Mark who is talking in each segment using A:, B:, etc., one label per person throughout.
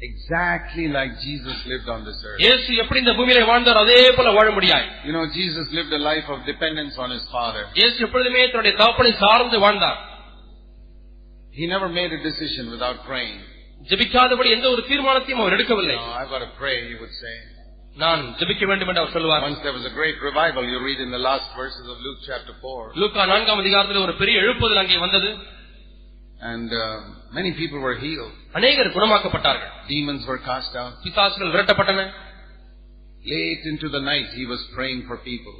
A: exactly like Jesus lived on this earth.
B: இயேசு எப்படி இந்த பூமியில வாழ்ந்தார் அதே போல வாழ முடியாது
A: You know, Jesus lived a life of dependence on his Father.
B: இயேசு எப்பொழுதுமே தன்னுடைய தகப்பனை சார்ந்து வாழ்ந்தார்
A: He never made a decision without praying.
B: ஜெபிக்காதபடி எந்த ஒரு தீர்மானத்தையும் அவர்
A: You
B: எடுக்கவில்லை
A: know, I've got to pray, he would say.
B: நான் ஜெபிக்க வேண்டும் என்று அவர் சொல்லுவார்
A: Once there was a great revival, you read in the last verses of Luke chapter 4.
B: லூக்கா நான்காம் அதிகாரத்தில் ஒரு பெரிய எழுப்புதல் அங்கே வந்தது
A: And uh, many people were healed.
B: அநேகர் குணமாக்கப்பட்டார்கள்
A: Demons were cast out.
B: பிசாசுகள் விரட்டப்பட்டன
A: Late into the night, he was praying for people.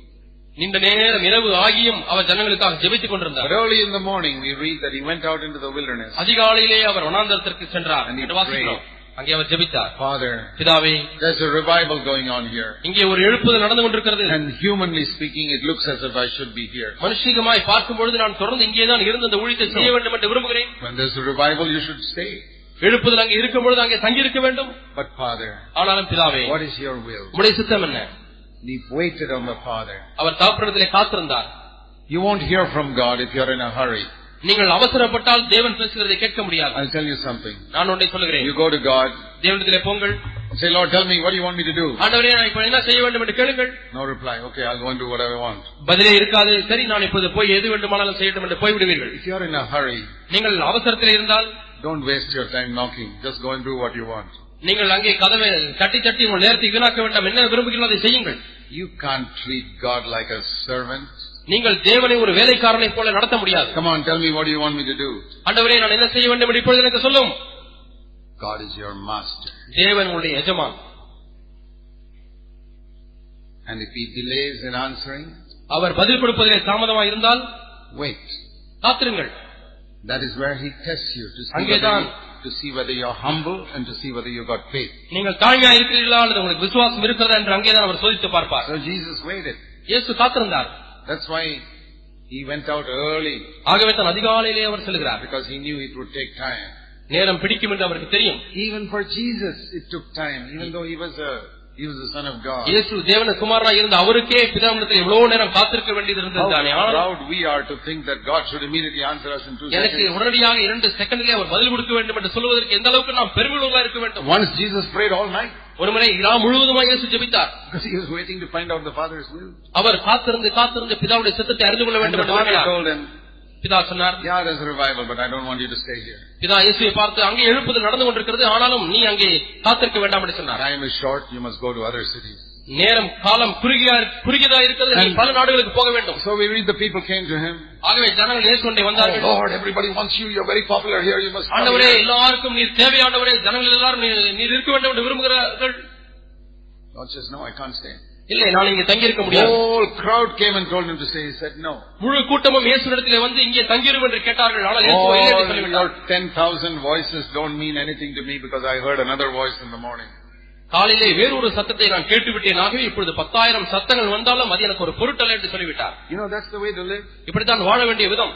B: நீண்ட நேரம் இரவு ஆகியும் அவர் ஜனங்களுக்காக ஜெபித்துக்
A: But
B: கொண்டிருந்தார்
A: early in the morning, we read that he went out into the wilderness.
B: அதிகாலையிலே அவர் வனாந்தரத்திற்கு சென்றார்
A: And he
B: என்று வாசிக்கிறோம் அங்கே அவர் ஜெபித்தார்
A: Father,
B: பிதாவே
A: there's a revival going on here.
B: இங்கே ஒரு எழுப்புதல் நடந்து கொண்டிருக்கிறது
A: And humanly speaking, it looks as if I should be here.
B: மனுஷிகமாய் பார்க்கும்பொழுது நான் தொடர்ந்து இங்கேதான் இருந்து அந்த ஊழியத்தை செய்ய வேண்டும் என்று விரும்புகிறேன்
A: When there's a revival, you should stay.
B: எழுப்புதல் அங்கே இருக்கும் பொழுது அங்கே தங்கியிருக்க வேண்டும்
A: But Father,
B: ஆனாலும் பிதாவே
A: what is your will?
B: உடைய சித்தம் என்ன
A: He waited on the Father.
B: அவர் தாப்புறத்திலே காத்திருந்தார்
A: You won't hear from God if you're in a hurry.
B: நீங்கள் அவசரப்பட்டால் தேவன் பேசுகிறதை கேட்க முடியாது
A: I'll tell you something.
B: நான் ஒன்றை சொல்லுகிறேன்
A: You go to God,
B: தேவனத்திலே போங்கள்
A: say, Lord, tell me, what do you want me to do?
B: ஆண்டவரே நான் இப்ப என்ன செய்ய வேண்டும் என்று கேளுங்கள்
A: No reply. Okay, I'll go and do what I want.
B: பதிலே இருக்காது சரி நான் இப்போது போய் எது வேண்டுமானாலும் செய்யட்டும் என்று போய்விடுவீர்கள்
A: If you're in a hurry,
B: நீங்கள் அவசரத்தில் இருந்தால்
A: don't waste your time knocking. Just go and do what you want.
B: நீங்கள் அங்கே கதவை தட்டி தட்டி உங்கள் நேரத்தை வீணாக்க வேண்டாம் என்ன விரும்புகிறீர்களோ அதை செய்யுங்கள்
A: You can't treat God like a servant.
B: நீங்கள் தேவனை ஒரு வேலைக்காரனைப் போல நடத்த முடியாது
A: Come on, tell me, what do you want me to do?
B: ஆண்டவரே நான் என்ன செய்ய வேண்டும் என்று இப்பொழுது எனக்கு சொல்லும்
A: God is your master.
B: தேவன் உங்களுடைய எஜமான்
A: And if he delays in answering,
B: அவர் பதில் கொடுப்பதிலே தாமதமாக இருந்தால்
A: wait.
B: காத்திருங்கள்
A: That is where he tests you to see, whether,
B: அங்கேதான்.
A: you, to see whether you're humble and to see whether you got faith.
B: நீங்கள் தாழ்மையா இருக்கிறீர்களா அல்லது உங்களுக்கு விசுவாசம் இருக்கிறதா என்று அங்கேதான் அவர் சோதித்து பார்ப்பார்
A: So Jesus waited.
B: இயேசு காத்திருந்தார்
A: That's why he went out early
B: ஆகவே தான் அதிகாலையிலே அவர் செல்கிறார்
A: because he knew it would take time.
B: நேரம் பிடிக்கும் என்று அவருக்கு தெரியும்
A: Even for Jesus, it took time, even though he was a he was the son of God.
B: இயேசு தேவன குமாரனா இருந்த அவருக்கே பிதாவிடத்தில் எவ்வளவு நேரம் காத்திருக்க வேண்டியது
A: How
B: இருந்தது தானே ஆனால்
A: proud we are to think that God should immediately answer us in two
B: எனக்கு
A: seconds.
B: உடனடியாக இரண்டு செகண்ட்லயே அவர் பதில் கொடுக்க வேண்டும் என்று சொல்வதற்கு எந்த அளவுக்கு நாம் பெருமிழா இருக்க வேண்டும்
A: Once Jesus prayed all night
B: ஒருமுறை இரா முழுவதுமாக இயேசு ஜெபித்தார்
A: because he was waiting to find out the Father's will.
B: அவர் காத்திருந்து காத்திருந்து பிதாவுடைய சித்தத்தை அறிந்து கொள்ள
A: And
B: வேண்டும்
A: the
B: என்று
A: Father
B: விரும்பினார்.
A: told him,
B: பிதா சொன்னார்
A: Yeah, there's a revival, but I don't want you to stay here.
B: பிதா இயேசுவை பார்த்து அங்கே எழுப்புதல் நடந்து கொண்டிருக்கிறது ஆனாலும் நீ அங்கே காத்திருக்க வேண்டாம் என்று சொன்னார்
A: Time is short, you must go to other cities.
B: நேரம் காலம் குறுகியா குறுகியதா இருக்கிறது நீ பல நாடுகளுக்கு போக வேண்டும்
A: So we read the people came to him.
B: ஆகவே ஜனங்கள் இயேசு கொண்டே
A: Oh
B: வந்தார்கள்
A: Lord, everybody wants you, you're very popular here, you must come
B: ஆண்டவரே
A: here.
B: எல்லாருக்கும் நீர் தேவையானவரே ஜனங்கள் எல்லாரும் நீர் நீர் இருக்க வேண்டும் என்று விரும்புகிறார்கள்
A: Lord says, No, I can't stay.
B: இல்லை நான் இங்கே தங்கியிருக்க
A: The
B: முடியாது
A: whole crowd came and told him to stay. He said, No.
B: முழு கூட்டமும் இயேசுவிடத்தில் வந்து இங்கே தங்கியிரும் என்று கேட்டார்கள் ஆனால் இயேசு இல்லை என்று
A: All
B: சொல்லிவிட்டார்
A: your 10,000 voices don't mean anything to me because I heard another voice in the morning.
B: காலையிலே வேறொரு சத்தத்தை நான் கேட்டுவிட்டேன் ஆகவே இப்பொழுது பத்தாயிரம் சத்தங்கள் வந்தாலும் அது எனக்கு ஒரு பொருட்டல்ல என்று சொல்லிவிட்டார்
A: You know, that's the way to live.
B: இப்படித்தான் வாழ வேண்டிய விதம்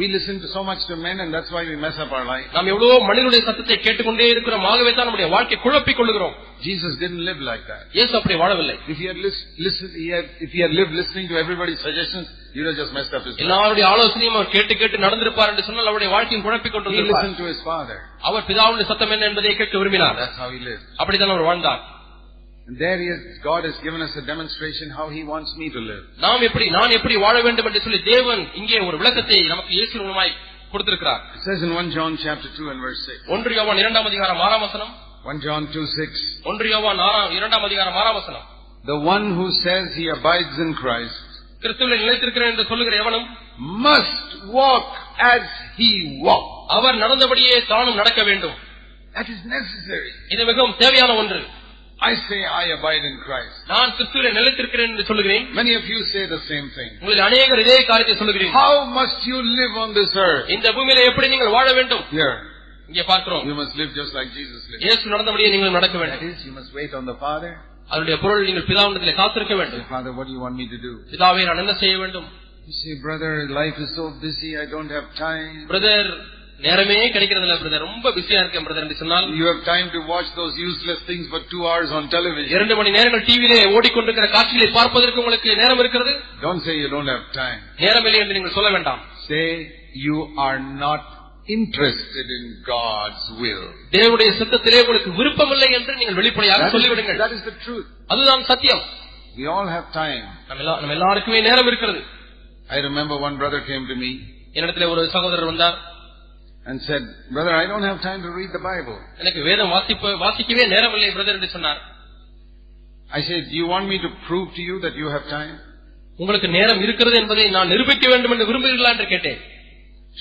A: We listen to so much to men and that's why we mess up our life.
B: நாம் எவ்வளவோ மனிதனுடைய சத்தத்தை கேட்டுக்கொண்டே இருக்கிறோம் ஆகவே தான் நம்முடைய வாழ்க்கை குழப்பிக் கொள்ளுகிறோம்
A: Jesus didn't live like that.
B: இயேசு அப்படி வாழவில்லை
A: If he had, lis- listen, he had, if he had lived listening to everybody's suggestions, he would have just messed up his life.
B: எல்லாருடைய ஆலோசனையும் அவர் கேட்டு கேட்டு நடந்திருப்பார் என்று சொன்னால் அவருடைய வாழ்க்கையும் குழப்பிக்
A: He
B: கொண்டிருந்தார்
A: listened to his father.
B: அவர் பிதாவுடைய சத்தம் என்ன என்பதை கேட்க விரும்பினார்
A: That's how he lived.
B: அப்படித்தான் அவர் வாழ்ந்தார்
A: And there he is. God has given us a demonstration how he wants me to live.
B: நாம் எப்படி நான் எப்படி வாழ வேண்டும் என்று சொல்லி தேவன் இங்கே ஒரு விளக்கத்தை நமக்கு இயேசு மூலமாய் கொடுத்திருக்கிறார்
A: It says in 1 John chapter 2 and verse 6.
B: ஒன்று யோவான் இரண்டாம் அதிகாரம் ஆறாம் வசனம்
A: 1 John 2 6.
B: ஒன்று யோவான் ஆறாம் இரண்டாம் அதிகாரம் ஆறாம் வசனம்
A: The one who says he abides in Christ
B: கிறிஸ்துவில் நிலைத்திருக்கிறேன் என்று சொல்லுகிற எவனும்
A: must walk as he walked.
B: அவர் நடந்தபடியே தானும் நடக்க வேண்டும்
A: That is necessary.
B: இது மிகவும் தேவையான ஒன்று
A: I say I abide in Christ.
B: நான் கிறிஸ்துவில் நிலைத்திருக்கிறேன் என்று சொல்லுகிறேன்
A: Many of you say the same thing.
B: உங்களில் அநேகர் இதே காரியத்தை சொல்லுகிறேன்
A: How must you live on this earth?
B: இந்த பூமியில எப்படி நீங்கள் வாழ வேண்டும்
A: Here,
B: இங்கே பார்க்கிறோம்
A: you must live just like Jesus lived.
B: இயேசு நடந்தபடியே நீங்கள் நடக்க
A: That
B: வேண்டும்
A: is, you must wait on the Father.
B: அதனுடைய பொருள் நீங்கள் பிதாவிடத்திலே காத்திருக்க
A: Say,
B: வேண்டும்
A: Father, what do you want me to do?
B: பிதாவே நான் என்ன செய்ய வேண்டும்
A: You say, brother, life is so busy, I don't have time.
B: Brother நேரமே கிடைக்கிறது இல்ல பிரதர் ரொம்ப பிஸியா இருக்கேன் பிரதர் என்று சொன்னால்
A: You have time to watch those useless things for two hours on television.
B: இரண்டு மணி நேரங்கள் டிவியிலே ஓடிக்கொண்டிருக்கிற காட்சிகளை பார்ப்பதற்கு உங்களுக்கு நேரம் இருக்கிறது
A: Don't say you don't have time.
B: நேரம் இல்லை என்று நீங்கள் சொல்ல வேண்டாம்
A: Say you are not interested in God's will.
B: தேவனுடைய சித்தத்திலே உங்களுக்கு விருப்பமில்லை என்று நீங்கள் வெளிப்படையாக
A: That is,
B: சொல்லிவிடுங்கள்
A: that is the truth.
B: அதுதான் சத்தியம்
A: We all have time.
B: நம்ம எல்லா- நம்ம எல்லாருக்குமே நேரம் இருக்கிறது
A: I remember one brother came to me
B: என்னிடத்துல ஒரு சகோதரர் வந்தார்
A: and said, Brother, I don't have time to read the Bible.
B: எனக்கு வேதம் வாசிப்ப வாசிக்கவே நேரமில்லை பிரதர் என்று சொன்னார்
A: I said, Do you want me to prove to you that you have time?
B: உங்களுக்கு நேரம் இருக்கிறது என்பதை நான் நிரூபிக்க வேண்டும் என்று விரும்புகிறீர்களா என்று கேட்டேன்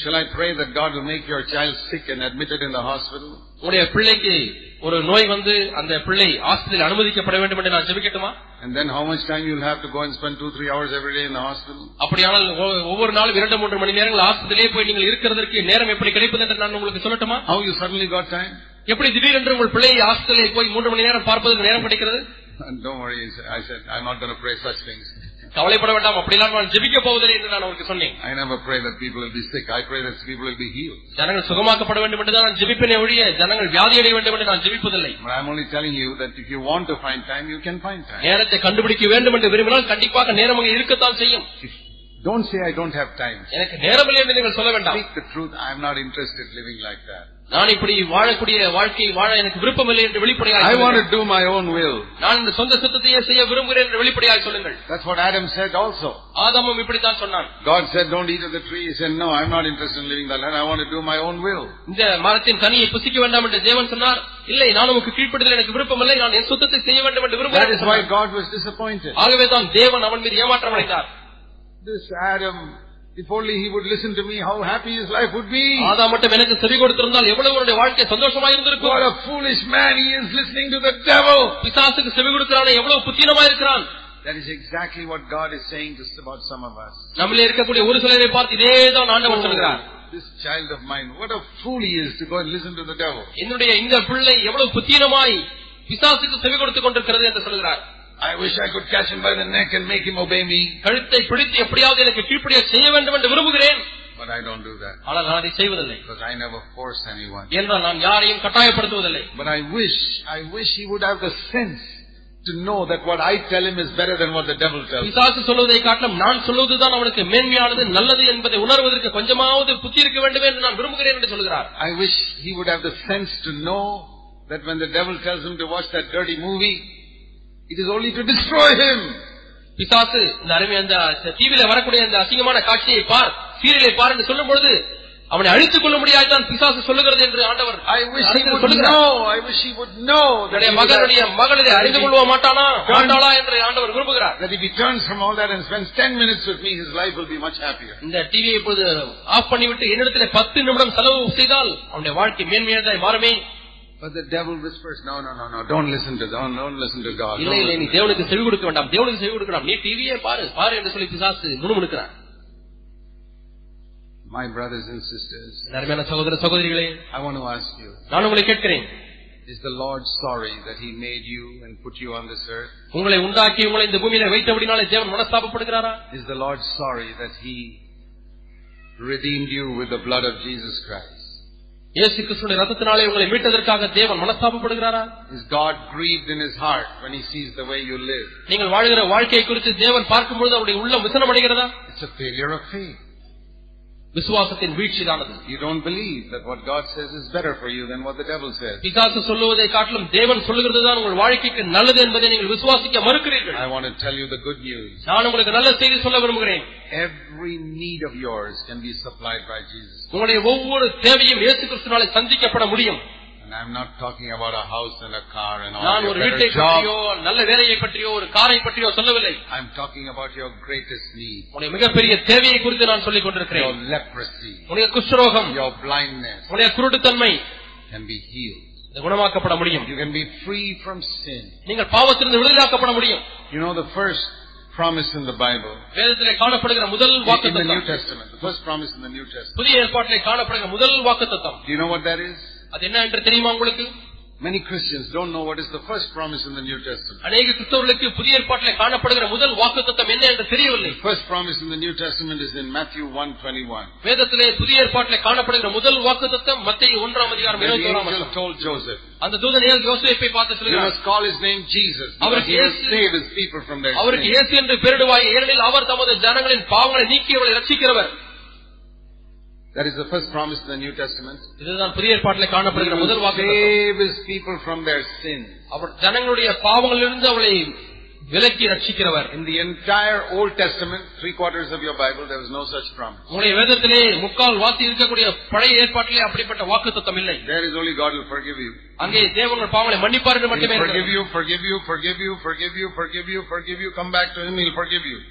A: Shall I pray that God will make your child sick and admitted in the hospital?
B: உங்களுடைய பிள்ளைக்கு ஒரு நோய் வந்து அந்த பிள்ளை ஆஸ்பத்திரியில் அனுமதிக்கப்பட வேண்டும் என்று நான் ஜெபிக்கட்டுமா
A: And then how much time you'll have to go and spend two, three hours every day in the hospital?
B: அப்படியானால் ஒ- ஒவ்வொரு நாளும் இரண்டு மூன்று மணி நேரங்கள் ஆஸ்பத்திரியிலே போய் நீங்கள் இருக்கிறதற்கு நேரம் எப்படி கிடைப்பது என்று நான் உங்களுக்கு சொல்லட்டுமா
A: How you suddenly got time?
B: எப்படி திடீரென்று உங்கள் பிள்ளையை ஆஸ்பத்திரியிலே போய் மூன்று மணி நேரம் பார்ப்பதற்கு நேரம் கிடைக்கிறது
A: And don't worry, I said, I'm not going to pray such things.
B: கவலைப்பட வேண்டாம் அப்படிலாம் நான் ஜெபிக்க போவதில்லை என்று நான் உங்களுக்கு சொன்னேன்
A: I never pray that people will be sick. I pray that people will be healed.
B: ஜனங்கள் சுகமாக்கப்பட வேண்டும் என்று தான் நான் ஜெபிப்பேனே ஒழிய ஜனங்கள் வியாதி அடைய வேண்டும் என்று நான் ஜெபிப்பதில்லை
A: But I'm only telling you that if you want to find time, you can find time.
B: நேரத்தை கண்டுபிடிக்க வேண்டும் என்று விரும்பினால் கண்டிப்பாக நேரம் அங்கே இருக்கத்தான் செய்யும்
A: Don't say I don't have time.
B: எனக்கு நேரமில்லை என்று நீங்கள் சொல்ல வேண்டாம்
A: Speak the truth. I'm not interested living like that.
B: நான் இப்படி வாழக்கூடிய வாழ்க்கையை வாழ எனக்கு விருப்பமில்லை என்று வெளிப்படையாக
A: I want
B: சொல்லுங்கள்.
A: to do my own will.
B: நான் இந்த சொந்த சித்தத்தையே செய்ய விரும்புகிறேன் என்று வெளிப்படையாக சொல்லுங்கள்
A: That's what Adam said also.
B: ஆதாமும் இப்படித்தான் சொன்னான்
A: God said, don't eat of the tree. He said, no, I'm not interested in living that land. I want to do my own will.
B: இந்த மரத்தின் கனியை புசிக்க வேண்டாம் என்று தேவன் சொன்னார் இல்லை நான் உமக்கு கீழ்ப்படுதல் எனக்கு விருப்பமில்லை நான் என் சுத்தத்தை செய்ய வேண்டும் என்று
A: That is why
B: விரும்புகிறேன்
A: God was disappointed.
B: ஆகவே தான் தேவன் அவன் மீது ஏமாற்றம் அடைந்தார்
A: This Adam, if only he would listen to me, how happy his life would be.
B: ஆதா மட்டும் எனக்கு செவி கொடுத்திருந்தால் எவ்வளவு உன்னுடைய வாழ்க்கை சந்தோஷமா
A: What
B: இருந்திருக்கும்
A: a foolish man he is listening to the devil.
B: பிசாசுக்கு செவி கொடுக்கிறானே எவ்வளவு புத்தீனமா இருக்கிறான்
A: That is exactly what God is saying to, about some of us.
B: நம்மளே இருக்கக்கூடிய ஒரு சிலரை பார்த்து இதேதான் ஆண்டவர் சொல்கிறார்
A: Oh, This child of mine, what a fool he is to go and listen to the devil.
B: என்னுடைய இந்த பிள்ளை எவ்வளவு புத்தீனமாய் பிசாசுக்கு செவி கொடுத்துக் கொண்டிருக்கிறது என்று சொல்கிறார்
A: I wish I could catch him by the neck and make him obey me.
B: கழுத்தை பிடித்து எப்படியாவது எனக்கு கீழ்ப்படிய செய்ய வேண்டும் என்று விரும்புகிறேன்
A: But I don't do that
B: ஆனால் நான் அதை செய்வதில்லை
A: because I never force anyone.
B: என்றால் நான் யாரையும் கட்டாயப்படுத்துவதில்லை
A: But I wish, I wish he would have the sense to know that what I tell him is better than what the devil tells him.
B: பிசாசு சொல்வதை காட்டிலும் நான் சொல்வதுதான் அவனுக்கு மேன்மையானது நல்லது என்பதை உணர்வதற்கு கொஞ்சமாவது புத்தி இருக்க வேண்டும் என்று நான் விரும்புகிறேன் என்று சொல்கிறார்
A: I wish he would have the sense to know that when the devil tells him to watch that dirty movie, it is only to destroy him.
B: பிசாசு இந்த அருமை அந்த டிவியில வரக்கூடிய அந்த அசிங்கமான காட்சியை பார் சீரியலை பார் என்று சொல்லும் பொழுது அவனை அழித்துக் கொள்ள முடியாதுதான் பிசாசு சொல்லுகிறது என்று ஆண்டவர்
A: I wish he
B: ஆண்டவர்
A: would
B: சொல்லுகிறார்
A: know, I wish he would know that
B: தன்னுடைய
A: he would have-
B: மகனுடைய மகளிரை அறிந்து கொள்வா மாட்டானா மாட்டாளா என்று ஆண்டவர் விரும்புகிறார்
A: That if he turns from all that and spends 10 minutes with me, his life will be much happier.
B: இந்த டிவியை இப்போது ஆஃப் பண்ணிவிட்டு என்னிடத்தில் பத்து நிமிடம் செலவு செய்தால் அவனுடைய வாழ்க்கை மேன்மையானதாய் மாறுமே
A: But the devil whispers, no, no, no, no, don't listen to, don't, don't listen to God.
B: இல்லை இல்லை
A: Don't-
B: நீ தேவனுக்கு செவி கொடுக்க வேண்டாம் தேவனுக்கு செவி கொடுக்கலாம் நீ டிவியே பாரு பாரு என்று சொல்லி பிசாசு முணுமுணுக்கிறான்
A: My brothers and sisters,
B: இந்த அருமையான சகோதர சகோதரிகளே
A: I want to ask you,
B: நான் உங்களை கேட்கிறேன்
A: is the Lord sorry that he made you and put you on this earth?
B: உங்களை உண்டாக்கி உங்களை இந்த பூமியில வைத்தபடினாலே தேவன் மனஸ்தாபப்படுகிறாரா
A: Is the Lord sorry that he redeemed you with the blood of Jesus Christ?
B: இயேசு கிறிஸ்துடைய ரத்தத்தினாலே உங்களை மீட்டதற்காக தேவன் மனஸ்தாபப்படுகிறாரா
A: Is God grieved in his heart when he sees the way you live?
B: நீங்கள் வாழ்கிற வாழ்க்கையை குறித்து தேவன் பார்க்கும்பொழுது அவருடைய உள்ளம் விசனம் அடைகிறதா
A: It's a failure of faith.
B: விசுவாசத்தின் வீழ்ச்சிதானது
A: You don't believe that what God says is better for you than what the devil says.
B: பிசாசு சொல்லுவதை காட்டிலும் தேவன் சொல்லுகிறது தான் உங்கள் வாழ்க்கைக்கு நல்லது என்பதை நீங்கள் விசுவாசிக்க மறுக்கிறீர்கள்
A: I want to tell you the good news.
B: நான் உங்களுக்கு நல்ல செய்தி சொல்ல விரும்புகிறேன்
A: Every need of yours can be supplied by Jesus.
B: உங்களுடைய ஒவ்வொரு தேவையும் இயேசு கிறிஸ்துவினாலே சந்திக்கப்பட முடியும்
A: And I'm not talking about a house and a car and
B: நான்
A: all
B: ஒரு
A: your
B: வீட்டை
A: better
B: பற்றியோ
A: job.
B: நல்ல வேலையை பற்றியோ ஒரு காரை பற்றியோ சொல்லவில்லை
A: I'm talking about your greatest need.
B: உங்களுடைய மிகப்பெரிய தேவையை குறித்து நான் சொல்லிக்
A: Your
B: கொண்டிருக்கிறேன்
A: leprosy,
B: உங்களுடைய குஷ்டரோகம்
A: your blindness
B: உங்களுடைய குருட்டுத்தன்மை
A: can be healed.
B: இது குணமாக்கப்பட முடியும்
A: You can be free from sin.
B: நீங்கள் பாவத்திலிருந்து விடுதலாக்கப்பட முடியும்
A: You know the first promise in the Bible,
B: வேதத்திலே காணப்படுகிற முதல்
A: in the New
B: வாக்குத்தத்தம்
A: Testament, the first promise in the New Testament.
B: புதிய ஏற்பாட்டிலே காணப்படுகிற முதல் வாக்குத்தத்தம்
A: Do you know what that is?
B: அது என்ன என்று தெரியுமா உங்களுக்கு
A: Many Christians don't know what is the first promise in the New Testament.
B: அநேக கிறிஸ்தவர்களுக்கு புதிய ஏற்பாட்டிலே காணப்படுகிற முதல் வாக்குத்தத்தம் என்ன என்று தெரியவில்லை
A: The first promise in the New Testament is in Matthew 1:21.
B: வேதத்திலே புதிய ஏற்பாட்டிலே காணப்படுகிற முதൽ வாக்குத்தத்தம் மத்தேயு 1 ஆம்
A: The
B: அதிகாரம் 21 ஆம்
A: angel
B: வசனம்
A: told Joseph,
B: அந்த தூதன் ஏன் யோசேப்பை பார்த்து
A: You
B: சொல்கிறார்
A: must call his name Jesus. Because
B: அவருக்கு
A: he will
B: இயேசு-
A: save his people from their
B: அவருக்கு
A: sin.
B: இயேசு என்று பெயரிடுவாய் ஏனெனில் அவர் தமது ஜனங்களின் பாவங்களை நீக்கி அவளை ரட்சிக்கிறவர்
A: That is the first promise in the New Testament.
B: இதுதான் புதிய ஏற்பாட்டிலே
A: He
B: காணப்படுகிற முதல்
A: will
B: வாக்கு
A: save his people from their sin.
B: அவர் ஜனங்களுடைய பாவங்களிலிருந்து அவளை விலக்கி ரட்சிக்கிறவர்
A: In the entire Old Testament, three quarters of your Bible, there was no such promise.
B: உங்களுடைய வேதத்திலே முக்கால் வாசி இருக்கக்கூடிய பழைய ஏற்பாட்டிலே அப்படிப்பட்ட வாக்குத்தத்தம் இல்லை
A: There is only God will forgive you.
B: அங்கே தேவங்கள் பாவங்களை மன்னிப்பார் என்று
A: He'll
B: மட்டுமே
A: forgive
B: இருக்கிறது.
A: you, forgive you, forgive you, forgive you, forgive you, forgive you. Come back to him, he'll forgive you.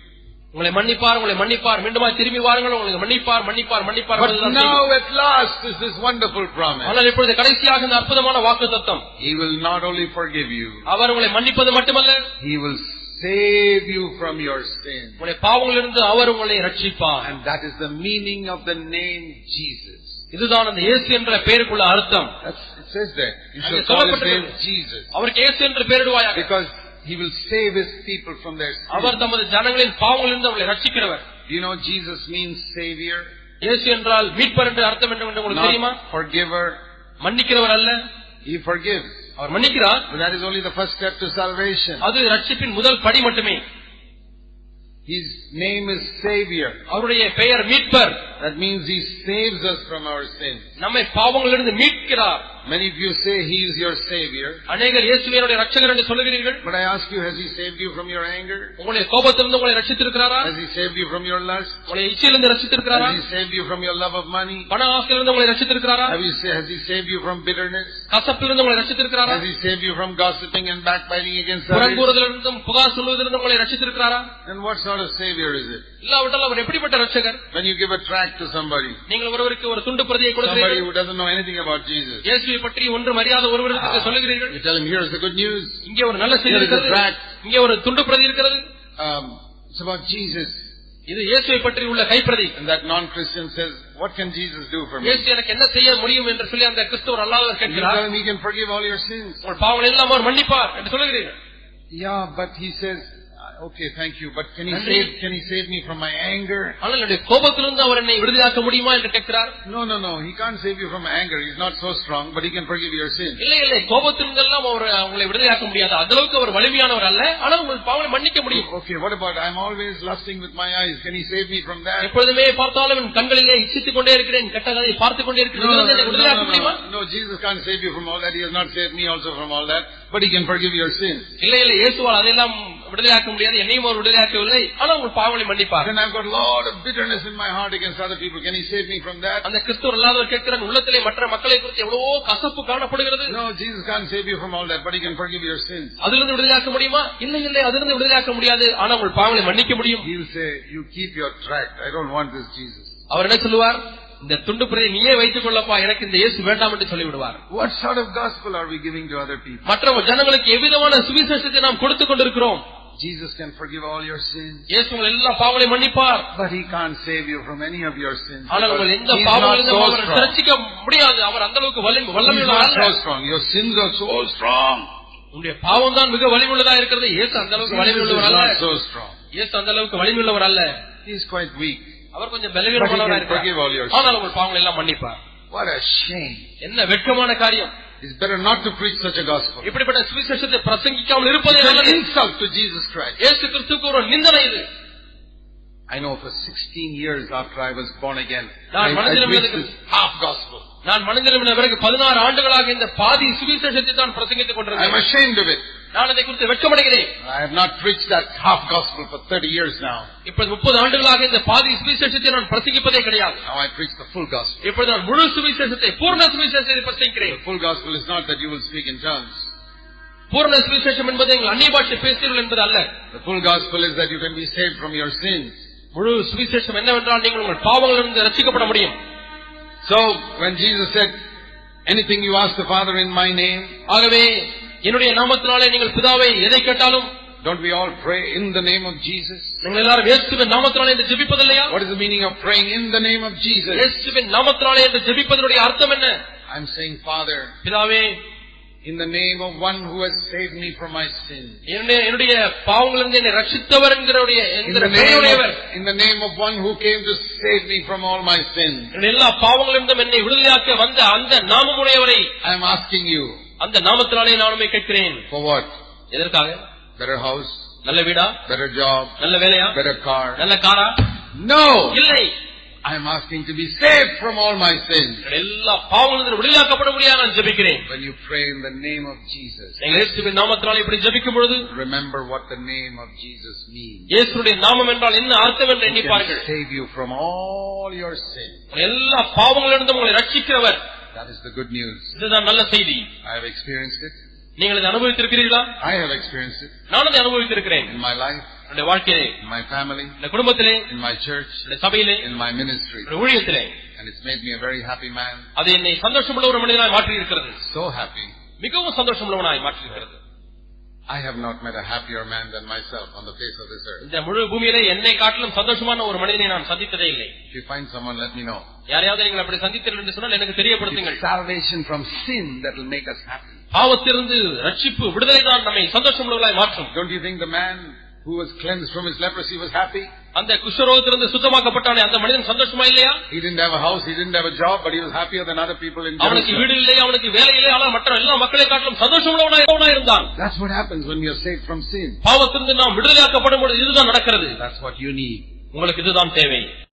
B: உங்களை மன்னிப்பார் உங்களை மன்னிப்பார் மீண்டுமாய் திரும்பி வாருங்கள் உங்களுக்கு மன்னிப்பார் மன்னிப்பார் மன்னிப்பார்
A: But
B: என்பதுதான்
A: now
B: செய்தி.
A: at last is this wonderful promise.
B: ஆனால் இப்பொழுது கடைசியாக இந்த அற்புதமான வாக்குத்தத்தம்
A: He will not only forgive you,
B: அவர் உங்களை மன்னிப்பது மட்டுமல்ல
A: he will save you from your sin.
B: உங்களுடைய பாவங்களிலிருந்து அவர் உங்களை ரட்சிப்பார்
A: And that is the meaning of the name Jesus.
B: இதுதான் அந்த இயேசு என்ற பெயருக்குள்ள அர்த்தம்
A: That's, it says there. You
B: And
A: shall
B: the
A: call his
B: Solomon-
A: name Jesus.
B: அவருக்கு இயேசு என்று பெயரிடுவாயாக
A: Because he will save his people from their sin.
B: அவர் தமது ஜனங்களின் பாவங்களிலிருந்து அவர்களை ரட்சிக்கிறவர்
A: Do you know Jesus means savior?
B: இயேசு என்றால் மீட்பர் என்று அர்த்தம் என்று உங்களுக்கு தெரியுமா
A: Not forgiver.
B: மன்னிக்கிறவர் அல்ல
A: He forgives.
B: Our மன்னிக்கிறார்
A: But that is only the first step to salvation.
B: அது ரட்சிப்பின் முதல் படி மட்டுமே
A: His name is Savior.
B: அவருடைய பெயர் மீட்பர்
A: That means He saves us from our sin.
B: நம்மை பாவங்களிலிருந்து மீட்கிறார்
A: Many of you say He is your Savior.
B: அநேகர் இயேசுவே என்னுடைய ரட்சகர் என்று சொல்லுகிறீர்கள்
A: But I ask you, has He saved you from your anger?
B: உங்களுடைய கோபத்திலிருந்து உங்களை ரட்சித்திருக்கிறாரா
A: Has He saved you from your lust?
B: உங்களுடைய இச்சையிலிருந்து ரட்சித்திருக்கிறாரா
A: Has He saved you from your love of money?
B: பண ஆசையிலிருந்து உங்களை ரட்சித்திருக்கிறாரா
A: Have you, sa- has He saved you from bitterness?
B: கசப்பிலிருந்து உங்களை ரட்சித்திருக்கிறாரா
A: Has He saved you from gossiping and backbiting against others?
B: புறங்கூறுதலிருந்தும் புகார் சொல்வதிலிருந்து உங்களை ரட்சித்திருக்கிறாரா
A: Then what sort of Savior is it?
B: இல்லாவிட்டால் அவர் எப்படிப்பட்ட ரட்சகர்
A: When you give a tract to somebody,
B: நீங்கள் ஒருவருக்கு ஒரு துண்டு பிரதியை
A: somebody
B: கொடுக்கிறீர்கள்
A: who doesn't know anything about Jesus,
B: இயேசுவை பற்றி ஒன்றும் அறியாத ஒருவருக்கு சொல்லுகிறீர்கள்
A: you tell him, here's the good news.
B: இங்கே ஒரு நல்ல செய்தி இருக்கிறது இங்கே ஒரு துண்டு பிரதி இருக்கிறது
A: Um, it's about Jesus.
B: இது இயேசுவை பற்றி உள்ள கைப்பிரதி
A: And that non-Christian says, what can Jesus do for me?
B: இயேசு எனக்கு என்ன செய்ய முடியும் என்று சொல்லி அந்த கிறிஸ்தவர் அல்லாதவர்
A: You tell
B: கேட்கிறார்
A: him he can forgive all your sins.
B: உங்கள் பாவங்களை எல்லாம் அவர் மன்னிப்பார் என்று சொல்லுகிறீர்கள்
A: Yeah, but he says, "Uh, okay, thank you, but can he
B: Nandri.
A: save, can he save me from my anger?
B: ஆனால் என்னுடைய கோபத்திலிருந்து அவர் என்னை விடுதலாக்க முடியுமா என்று கேட்கிறார்
A: No, no, no, he can't save you from anger. He's not so strong, but he can forgive your sin.
B: இல்லை இல்லை கோபத்திலிருந்து எல்லாம் அவர் உங்களை விடுதலாக்க முடியாது அந்த அளவுக்கு அவர் வலிமையானவர் அல்ல ஆனால் உங்கள் பாவங்களை மன்னிக்க முடியும்
A: Okay, what about, I'm always lusting with my eyes. Can he save me from that?
B: எப்பொழுதுமே பார்த்தாலும் என் கண்களிலே இச்சித்துக் கொண்டே இருக்கிறேன் கெட்டதை பார்த்துக் கொண்டே
A: No, no,
B: இருக்கிறேன்
A: no,
B: என்னை
A: no,
B: விடுதலாக்க
A: no,
B: முடியுமா
A: no. No, Jesus can't save you from all that. He has not saved me also from all that, but he can forgive your sins.
B: இல்லை இல்லை இயேசுவால் அதையெல்லாம் விடுதலையாக்க முடியாது என்னையும் அவர் விடுதலையாக்கவில்லை ஆனால் உங்கள் பாவங்களை மன்னிப்பார்
A: Then I've got a lot of bitterness in my heart against other people. Can he save me from that?
B: அந்த கிறிஸ்துவர் அல்லாதவர் கேட்கிறான் உள்ளத்திலே மற்ற மக்களை குறித்து எவ்வளவோ கசப்பு காணப்படுகிறது
A: No, Jesus can't save you from all that, but He can forgive your sins.
B: அதிலிருந்து விடுதலையாக்க முடியுமா இல்லை இல்லை அதிலிருந்து விடுதலையாக்க முடியாது ஆனா உங்கள் பாவங்களை மன்னிக்க முடியும்
A: He'll say, You keep your tract. I don't want this Jesus.
B: அவர் என்ன சொல்லுவார் இந்த துண்டு பிரதியை நீயே வைத்துக் கொள்ளப்பா எனக்கு இந்த இயேசு வேண்டாம் என்று சொல்லிவிடுவார்
A: What sort of gospel are we giving to other people?
B: மற்ற ஜனங்களுக்கு எவ்விதமான சுவிசேஷத்தை நாம் கொடுத்துக் கொண்டிருக்கிறோம்
A: Jesus can forgive all your sins,
B: இயேசு உங்கள் எல்லா பாவங்களை மன்னிப்பார்
A: but He can't save you from any of your sins.
B: ஆனால்
A: because
B: உங்கள் எந்த
A: he's not
B: பாவங்களிலும்
A: so
B: our
A: strong.
B: சிறச்சிக்க முடியாது அவர் அந்த அளவுக்கு வலிமை
A: He's not
B: வல்லமையுள்ளவர் அல்ல
A: so strong. Your sins are so strong.
B: உங்களுடைய பாவம் தான் மிக வலிமையுள்ளதா இருக்கிறது இயேசு அந்த அளவுக்கு
A: Jesus is
B: வலிமையுள்ளவர் அல்ல
A: not so strong.
B: இயேசு அந்த அளவுக்கு வலிமையுள்ளவர் அல்ல
A: He's quite weak.
B: அவர் கொஞ்சம்
A: But he
B: பலவீனமானவரா
A: can forgive all your
B: இருக்கிறார்
A: sins.
B: ஆனால் உங்கள் பாவங்களை எல்லாம் மன்னிப்பார்
A: What a shame.
B: என்ன வெட்கமான காரியம்
A: It's better not to preach such a gospel.
B: இப்படிப்பட்ட சுவிசேஷத்தை பிரசங்கிக்காமல் இருப்பதே
A: It's an
B: நல்லது
A: insult to Jesus Christ.
B: இயேசு கிறிஸ்துவுக்கு ஒரு நிந்தனை இது
A: I know for 16 years after I was born again, I,
B: நான்
A: I
B: மனதிலும்
A: preached
B: எனக்கு-
A: this half gospel.
B: நான் மனிதனின் பிறகு பதினாறு ஆண்டுகளாக இந்த பாதி சுவிசேஷத்தை தான் பிரசங்கித்துக்
A: I'm
B: கொண்டிருக்கிறேன்
A: ashamed of it.
B: நான் அதை குறித்து வெட்கமடைகிறேன்
A: I have not preached that half gospel for 30 years now.
B: இப்பொழுது முப்பது ஆண்டுகளாக இந்த பாதி சுவிசேஷத்தை நான் பிரசங்கிப்பதே கிடையாது
A: Now I preach the full gospel.
B: இப்பொழுது நான் முழு சுவிசேஷத்தை பூர்ண சுவிசேஷத்தை
A: The
B: பிரசங்கிக்கிறேன்
A: full gospel is not that you will speak in tongues.
B: பூர்ண சுவிசேஷம் என்பது எங்கள் அந்நிய பாட்டு பேசுகிறீர்கள் என்பது அல்ல
A: The full gospel is that you can be saved from your sins.
B: முழு சுவிசேஷம் என்னவென்றால் நீங்கள் உங்கள் பாவங்களிலிருந்து ரட்சிக்கப்பட முடியும்
A: So, when Jesus said, anything you ask the Father in my name,
B: ஆகவே என்னுடைய நாமத்தினாலே நீங்கள் பிதாவை எதை கேட்டாலும்
A: don't we all pray in the name of Jesus?
B: நீங்கள் எல்லாரும் இயேசுவின் நாமத்தினாலே என்று ஜெபிப்பதில்லையா
A: What is the meaning of praying in the name of Jesus?
B: இயேசுவின் நாமத்தினாலே என்று ஜெபிப்பதனுடைய அர்த்தம் என்ன
A: I'm saying, Father,
B: பிதாவே
A: in the name of one who has saved me from my sin.
B: என்னுடைய என்னுடைய பாவங்களிலிருந்து என்னை ரட்சித்தவர் என்கிறவருடைய
A: In
B: என்கிற
A: the name
B: பெயருடையவர்
A: of, in the name of one who came to save me from all my sin.
B: என்னுடைய எல்லா பாவங்களிலிருந்தும் என்னை விடுதலையாக்க வந்த அந்த நாமமுடையவரை
A: I'm asking you,
B: அந்த நாமத்தினாலே நானுமே கேட்கிறேன்
A: For what?
B: எதற்காக
A: Better house,
B: நல்ல வீடா
A: better job,
B: நல்ல வேலையா
A: better car.
B: நல்ல காரா
A: No!
B: இல்லை
A: I am asking to be saved from all my sins.
B: என்னுடைய எல்லா பாவங்களும் விடுதலாக்கப்பட முடியாது நான் ஜெபிக்கிறேன்
A: When you pray in the name of Jesus,
B: எங்கள் இயேசுவின் நாமத்தினால் இப்படி ஜெபிக்கும் பொழுது
A: remember what the name of Jesus means.
B: இயேசுடைய நாமம் என்றால் என்ன அர்த்தம் என்று
A: He
B: எண்ணி
A: can
B: பாருங்கள்
A: save you from all your sins.
B: உங்கள் எல்லா பாவங்களிலிருந்து உங்களை ரட்சிக்கிறவர்
A: That is the good news.
B: இதுதான் நல்ல செய்தி
A: I have experienced it.
B: நீங்கள் இதை அனுபவித்திருக்கிறீர்களா
A: I have experienced it
B: நான் அதை அனுபவித்திருக்கிறேன்
A: in my life,
B: என்னுடைய வாழ்க்கையிலே
A: in my family,
B: இந்த குடும்பத்திலே
A: in my church,
B: என்னுடைய சபையிலே
A: in my ministry.
B: என்னுடைய ஊழியத்திலே
A: And it's made me a very happy man.
B: அது என்னை சந்தோஷமுள்ள ஒரு மனிதனாய் மாற்றி இருக்கிறது
A: So happy.
B: மிகவும் சந்தோஷமுள்ளவனாய் மாற்றி இருக்கிறது
A: I have not met a happier man than myself on the face of this earth.
B: இந்த முழு பூமியிலே என்னை காட்டிலும் சந்தோஷமான ஒரு மனிதனை நான் சந்தித்ததே இல்லை
A: If you find someone, let me know.
B: யாரையாவது எங்களை அப்படி சந்தித்தீர்கள் என்று சொன்னால் எனக்கு தெரியப்படுத்துங்கள்
A: It's salvation from sin that will make us happy.
B: பாவத்திலிருந்து ரட்சிப்பு விடுதலை தான் நம்மை சந்தோஷமுள்ளவர்களாய் மாற்றும்
A: Don't you think the man who was cleansed from his leprosy was happy?
B: அந்த குஷ்டரோகத்திலிருந்து சுத்தமாக்கப்பட்டானே அந்த மனிதன் சந்தோஷமா இல்லையா
A: He didn't have a house, he didn't have a job, but he was happier than other people in
B: அவனுக்கு
A: Jerusalem.
B: வீடு இல்லை அவனுக்கு வேலை இல்லை ஆனால் மற்ற எல்லா மக்களை காட்டிலும் சந்தோஷமுள்ளவனாய் இருந்தான்
A: That's what happens when you're saved from sin.
B: பாவத்திலிருந்து நாம் விடுதலையாக்கப்படும் பொழுது இதுதான் நடக்கிறது
A: That's what you need.
B: உங்களுக்கு இதுதான் தேவை